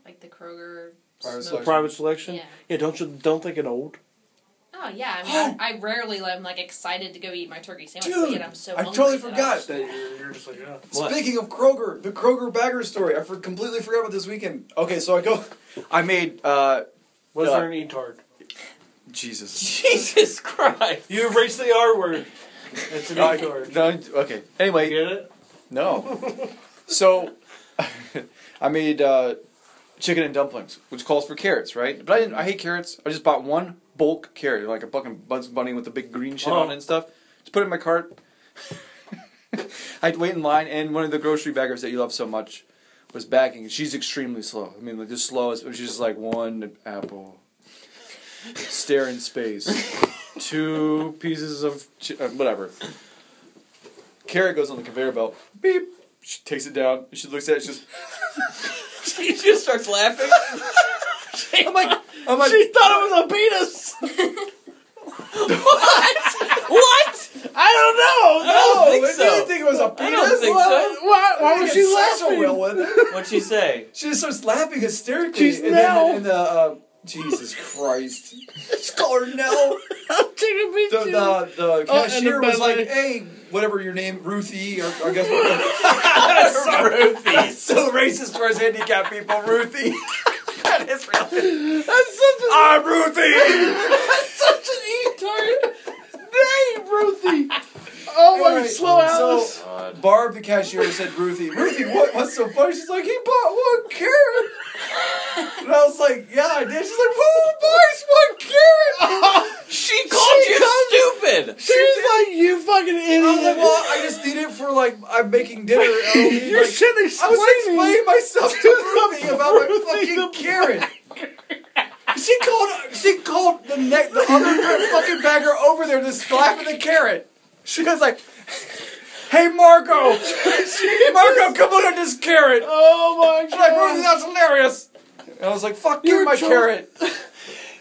Like the Kroger. Private smoked- selection. Private selection. Yeah. Don't you? Don't think it old. Oh yeah, I mean, I, I rarely I'm like excited to go eat my turkey sandwich, but Dude, yet I'm so I hungry totally that forgot. just- You're, just like, yeah. What? Speaking of Kroger, the Kroger bagger story. I for, completely forgot about this weekend. Okay, so I go. I made. uh Was Yeah. there an e-tard? Jesus. Jesus Christ. You erased the R word. It's an uh, e-tard. no, okay. Anyway, Get it? No. so, I made uh, chicken and dumplings, which calls for carrots, right? But I didn't. I hate carrots. I just bought one bulk carrot, like a fucking Bugs Bunny with the big green shit on it and stuff. Just put it in my cart. I'd wait in line, and one of the grocery baggers that you love so much was bagging. She's extremely slow. I mean, like the slowest. She's just like one apple. Stare in space. Two pieces of chi- uh, whatever. Carrot goes on the conveyor belt. Beep. She takes it down. She looks at it. She goes, She just starts laughing. I'm like, I'm like, She thought it was a penis. what? no, I don't know. I don't think I so. didn't think it was a penis. I don't think Why- so. Why? Why was she laughing? What'd she say? she just starts laughing hysterically. She's and then- Nell. and the, uh, Jesus Christ. Just call her Nell. The, the, the Oh, and the cashier was ballet. like, hey, whatever your name, Ruthie, or, or guess what? Ruthie. so racist towards handicapped people, Ruthie. that is really. That's such a I'm Ruthie! such an e-tard name, Ruthie. Oh my, Anyway, slow so- Alice. God. Barb, the cashier, said, Ruthie, Ruthie, what, what's so funny? She's like, he bought one carrot. And I was like, yeah, I did. She's like, who buys one carrot? She called you stupid. She was like, you fucking I idiot. was like, well, I just need it for, like, I'm making dinner. I don't need, You're like, sitting I was explaining myself to Ruthie about my fucking Ruthie the- carrot. She called. She called the ne- the other fucking bagger over there to slap the carrot. She was like, "Hey, Marco, Marco, come look at this carrot." Oh my She's like, god. Ruthie, that's hilarious. And I was like, fuck you, You're my drunk. carrot.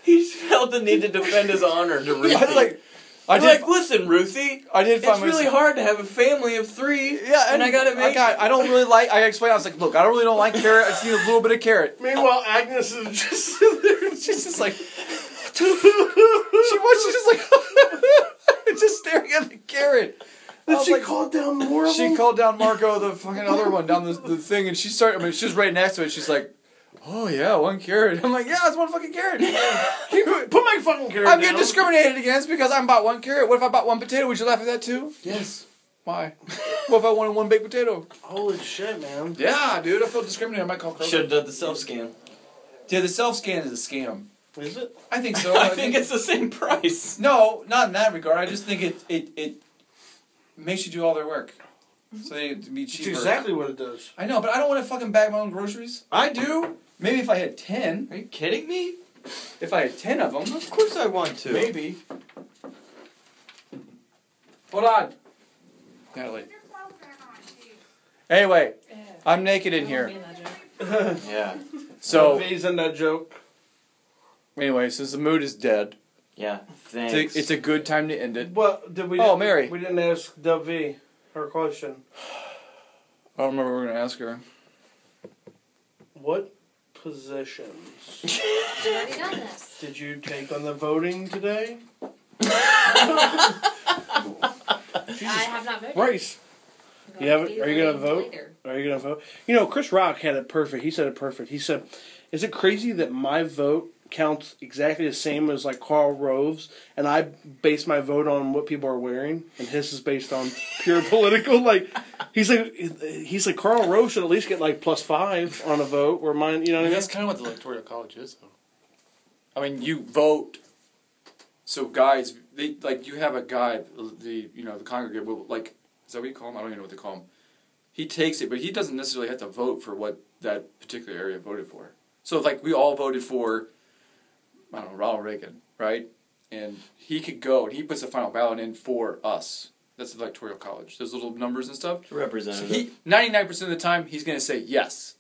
He felt the need to defend his honor to Ruthie. I was like, I You're did, like, listen, Ruthie. I did find It's really myself- hard to have a family of three. Yeah, and I gotta I, make. got, I don't really like. I explained. I was like, look, I don't really don't like carrot. I just need a little bit of carrot. Meanwhile, Agnes is just. She's just like, she was. She's just like, just staring at the carrot. I Then was she like- called down more of She them? called down Marco, the fucking other one, down the, the thing, and she started. I mean, she was right next to it. She's like, oh yeah, one carrot. I'm like, yeah, it's one fucking carrot. Put my fucking carrot I'm getting down. discriminated against because I bought one carrot. What if I bought one potato? Would you laugh at that too? Yes. Why? what if I wanted one baked potato? Holy shit, man. Yeah, dude, I feel discriminated. I might call Kroger. Should have done the self scan. Yeah, the self scan is a scam. Is it? I think so. I think it's the same price. no, not in that regard. I just think it it, it makes you do all their work, so they it'd be It's cheaper. exactly what it does. I know, but I don't want to fucking bag my own groceries. I do. Maybe if I had ten, Are you kidding me? if I had ten of them, Of course I want to. maybe. Hold on, Natalie. Anyway, I'm naked in here, Yeah. so he's in that joke. anyway, since the mood is dead, Yeah. Thanks. it's a, it's a good time to end it. What did we? Oh, Mary. We didn't ask Dub V her question. I don't remember what we we're gonna ask her. What positions We've already done this. did you take on the voting today? I have not voted. Grace, I'm You haven't- be are you gonna voting vote? later. are you gonna vote? You know, Chris Rock had it perfect. He said it perfect. He said, "Is it crazy that my vote counts exactly the same as like Carl Rove's, and I base my vote on what people are wearing, and his is based on pure political?" Like, he's like, he's like Carl Rove should at least get like plus five on a vote, where mine, you know I what I mean, mean? that's kind of what the electoral college is, though. I mean, you vote. So guys, they like you have a guy, the you know the congregate will like is that what you call them? I don't even know what they call them. he takes it, but he doesn't necessarily have to vote for what that particular area voted for. So if, like we all voted for, I don't know, Ronald Reagan, right? And he could go and he puts the final ballot in for us. That's the electoral college. Those little numbers and stuff. to represent So it. he ninety nine percent of the time he's gonna say yes.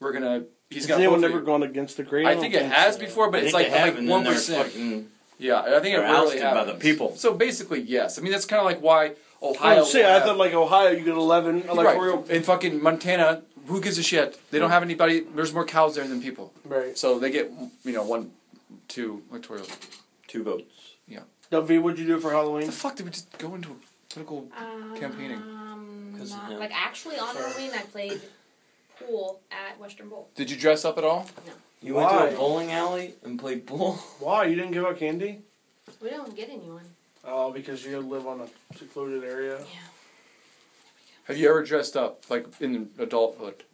We're gonna he's Has gonna vote anyone for ever you. gone against the grain? I think it don't has so. before, but I it's think like they have, like and then one they're percent. fucking- Yeah, I think it they're rarely ousted by happens. the people. So basically, yes. I mean, that's kind of like why Ohio. I was saying, will Oh, I have- thought like Ohio, you get eleven electoral. right. in fucking Montana. Who gives a shit? They don't have anybody. There's more cows there than people, Right. so they get you know one, two electoral. two votes. W, what'd you do for What Halloween? the fuck did we just go into political? Campaigning. Um, 'Cause of not- him. like actually on Halloween, I played pool at Western Bowl. Did you dress up at all? You went Why? to a bowling alley and played pool. Why you didn't give out candy? We don't get anyone. Oh, because you live on a secluded area. Yeah. Have you ever dressed up like in adulthood?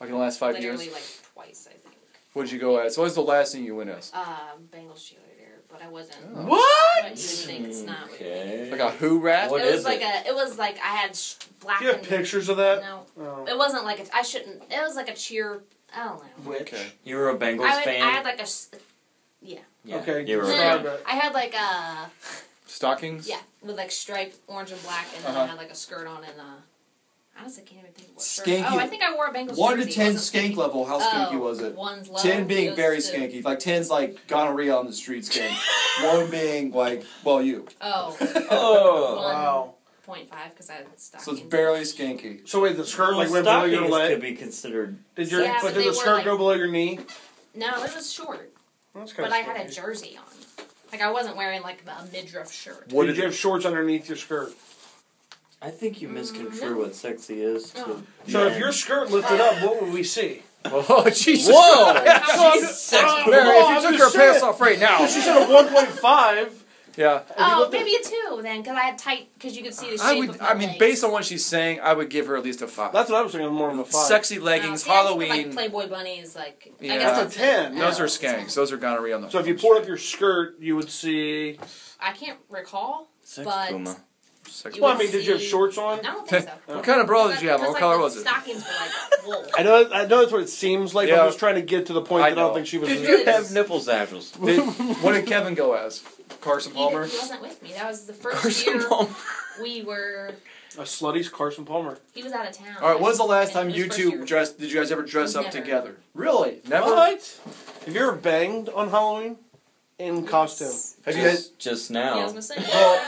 Like in the last five Literally years? like twice, I think. What'd you go as? What was the last thing you went as? Um, Bengals cheerleader, but I wasn't. Oh. Oh. What? But you would think it's not. what you think. Okay. Like a who rat? What it was is like it? a. It was like I had sh- black. Do you have and- pictures of that? Oh. No, No. it wasn't like a, I shouldn't. It was like a cheer. I don't know. Which? Okay. You were a Bengals I, would, fan. I had like a. s- yeah. Okay, You were a describe fan. it. I had like a Stockings? yeah with like striped orange and black, and then I Uh-huh. had like a skirt on and uh. Honestly, I can't even think of what Skanky- shirt. Oh, I think I wore a Bengals One to jersey. ten wasn't skank level. How skanky Oh, was it? One's low. ten being was very two. skanky. Like ten's like gonorrhea on the street skank. one being like well you. Oh, Oh. Wow. 1.5 because I had stockings. So it's barely skanky. So wait, the skirt like Well, went below your stockings could leg. be considered. Did your Yeah, but but did they the were, skirt like- go below your knee? No, it was short, That's kinda but I had a skinny. jersey on. Like I wasn't wearing like a midriff shirt. What did did you have shorts underneath your skirt? I think you misconstrue what sexy is. To Mm, Oh. So if your skirt lifted up, what would we see? Oh Jesus! Whoa! Mary, Well, I'm if you took just your pants saying. off right now. She said a one point five. Yeah. Oh, maybe a two then, because I had tight, because you could see the shape I would. of my I mean, legs. based on what she's saying, I would give her at least a five. That's what I was thinking. More of a five. Sexy Oh, leggings, see, I think of, Halloween. like Playboy bunnies, like Yeah. I guess That's a that's- 10. oh, those are it's a 10. skanks. Those are gonorrhea on the. So if you pulled up your skirt, you would see. I can't recall. Sex But- Puma. Sex- You Well, I would mean, did you have see- shorts I on? don't think so. What kind of bra did you have? What Because, like, color the was it? Stockings were like wool. I know. I know that's what it seems like. but Yeah. I'm just trying to get to the point I that I don't know. think she was. Did you you have have nipples actuals? Did- what did Kevin go as? Carson He, Palmer. did, he wasn't with me. That was the first Carson year Palmer. we were. a slutty's Carson Palmer. He was out of town. All right. When's the last It time was you first two year. dressed? Did you guys ever dress up Never. together? Really? Never. What? Have you ever banged on Halloween in costume? Have you guys? Just, just Yeah, I now. was gonna say. Well-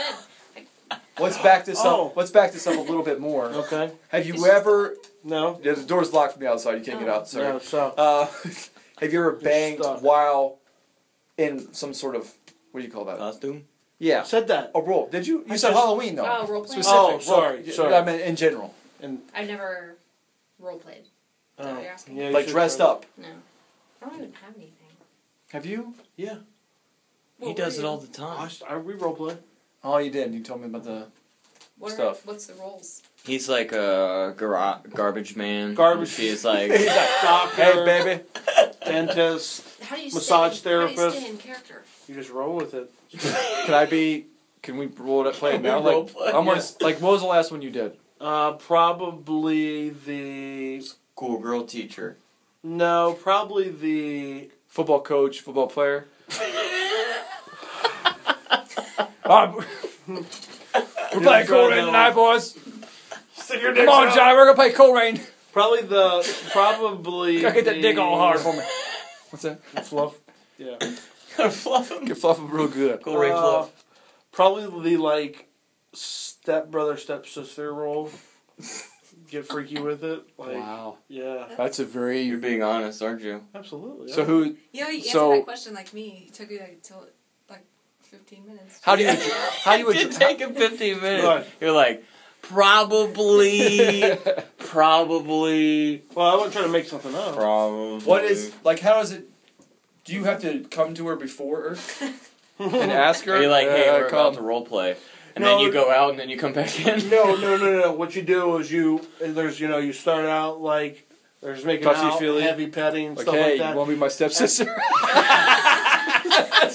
Let's back this Oh. up. Let's back this up a little bit more. Okay. Have you ever? No. Yeah, the door's locked from the outside. You can't get Oh. out. Sorry. No. So Uh, have you ever banged stuck. while in some sort of what do you call that? Costume. yeah, said that. a role. Did you? You Uh. I said just- Halloween though. Oh, role playing. Specific. Oh, Role- sorry, yeah, sorry. I meant in general, And I've never role played. oh, you're asking? yeah, you like should dressed try. up. No, I don't even have anything. Have you? Yeah. He does it all the time. I, I we role play. Oh, you did. You told me about the. What are, stuff. What's the roles? He's like a gar- garbage man. Garbage- She's like. He's like, Doctor, hey, baby. dentist. How do you Massage stay, how do you therapist. stay in character? You just roll with it. Can I be? Can we roll it up? Play it now. role Like, play? almost. Like, what was the last one you did? Uh, probably the Schoolgirl teacher. no, probably the Football coach, football player. Uh, we're playing Cool Rain tonight, boys. Come on, Johnny. We're gonna play Cool Rain. probably the probably Gotta get that dick all hard for me. What's that? the fluff. Yeah, Fluff him. Get fluff real good. Cool Ray Uh, Fluff. probably the like step brother step sister role. Get freaky with it, like Wow, yeah, that's a You're very. being honest, aren't you? absolutely. So who? Yeah, you So- answered that question like me. It took you like till like fifteen minutes. How do you? How do you? It did take him 15 minutes. Right. You're like, probably, probably, Well, I wasn't trying to make something up. probably. What is like? How does it? Do you have to come to her before her and ask her? Are you like, hey, Uh, we're come. about to role play, and No. then you go out and then you come back in? No, no, no, no. What you do is you there's you know you start out like there's making out, Touchy-feely? heavy petting Like, stuff hey, like that. you want to be my stepsister?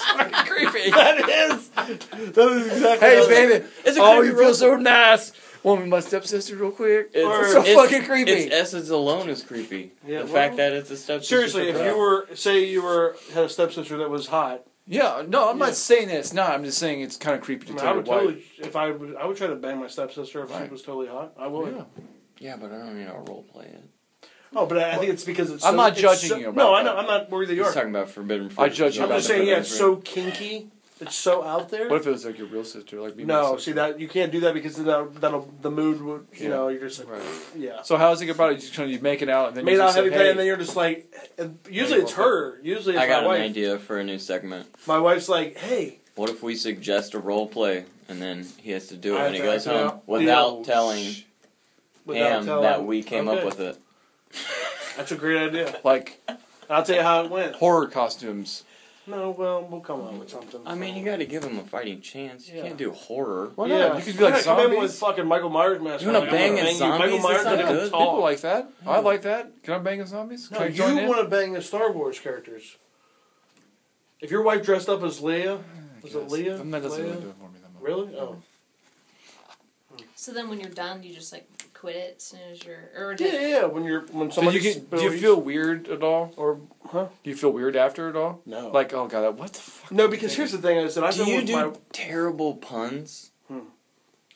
fucking creepy. that is that is exactly hey, what I was- baby. It's a Oh, creepy you feel so nice. want me my stepsister real quick? It's, so fucking creepy. Its e- essence alone is creepy. Yeah, the well- fact that it's a step. Seriously, if you were say you were had a stepsister that was hot, Yeah, no, I'm Yeah. not saying that it's not. I'm just saying it's kind of creepy I, to mean, tell I your would wife. totally if I would I would try to bang my stepsister if she Right. was totally hot. I would. Yeah. yeah, but I don't need to role play it. Oh, but I I think it's because it's. I'm so- not it's judging so- you about No, I know. that. I'm not worried that you He's are. talking about forbidden fruit. I judge you I'm about just that. saying, yeah, it's so kinky. It's so out there. What if it was like your real sister, like me? no, myself? see that you can't do that because then that'll, that'll the mood would you Yeah. know you're just like Right. yeah. So how's it about it? Just kind of make it out and then Made you out just heavy say, pay, hey, and then you're just like. and Usually it's her. Usually it's I got my an wife. idea for a new segment. My wife's like, hey, What if we suggest a role play and then he has to do it I when he have to goes act it home out. without Oh, telling sh- without him telling. that we came Okay. up with it? That's a great idea. like I'll tell you how it went. horror costumes. No, well, we'll come up with something. I mean, you got to give him a fighting chance. You Yeah. can't do horror. Why yeah, not? You could be like You're not coming zombies. in with fucking Michael Myers mask. You wanna on. I'm bang gonna a you. zombie? Michael Myers That's not gonna good. tall. People like that. I like that. Can I bang with zombies? Can No, I join in? you want to bang the Star Wars characters. If your wife dressed up as Leia, was it Yes. Leia? That doesn't really Leia? do it for me that much. Really? Oh. So then when you're done, you just like quit it as soon as you're. Or Yeah, yeah, did, yeah. When you're when So somebody you get, do you feel weird at all? or huh? Do you feel weird after at all? No. Like Like, oh god, that- what the fuck? no, because here's the thing. I said I've Do been you with do my terrible puns?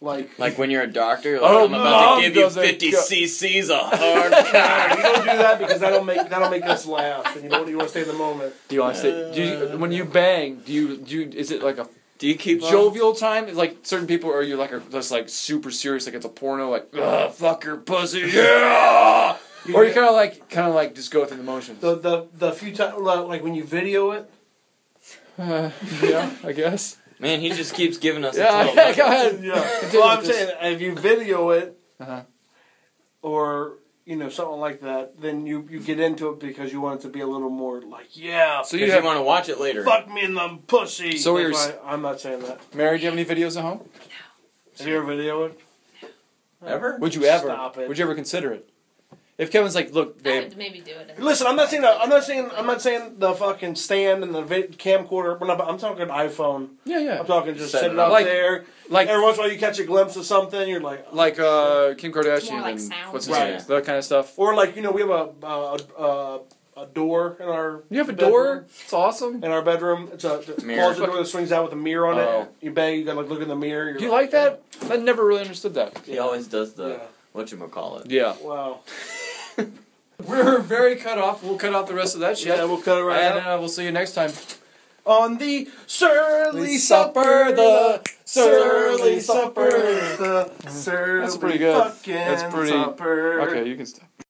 like. Like when you're a doctor, you're like, Oh, I'm about mom to give you doesn't 50 go- cc's a hard Nah, you don't do that because that'll make that'll make us laugh, and you don't you want to stay in the moment. Do you want to say? Do uh, you, when you bang? Do you do? You, is it like a Do you keep on? jovial time? Like certain people, or you like are just like super serious, like it's a porno, like Ugh, fuck your pussy, yeah. Or you kind of like kind of like just go through the motions. The the the few times like when you video it, Uh, yeah, I guess. Man, he just keeps giving us Yeah, a go twelve. ahead. Yeah. well, I'm with this. saying if you video it, Uh-huh. or you know something like that, then you you get into it because you want it to be a little more like yeah, So So you you, have want to watch it later. fuck me in the pussy. So That's you're s- why I'm not saying that. Mary, do you have any videos at home? Have you ever videoed? Ever? Would you ever? Stop it. Would you ever consider it? If Kevin's like, look, I babe, would maybe do it. Listen, I'm not saying that, I'm not saying I'm not saying the fucking stand and the vid- camcorder. But I'm, I'm talking iPhone. yeah, yeah, I'm talking just Set it sitting up up. Like- there. like Every once in a while, you catch a glimpse of something. You're like, oh, like uh, Kim It's more Kardashian like and sound. what's his Right. name, that kind of stuff. or like you know, we have a uh, a, a door in our. You have a bedroom. door. It's awesome. in our bedroom. It's a it's a Mirror. closet door that swings out with a mirror on Oh. it. You bang, you gotta like look in the mirror. You're Do you like that? I never really understood that. He always does the Yeah. whatchamacallit. Yeah. Wow. We're very cut off. We'll cut out the rest of that shit. Yeah, we'll cut it right and out. uh, we'll see you next time. On the Surly surly supper, supper, the the surly surly supper, supper. the surly pretty good. fucking That's pretty- supper. Okay, you can stop.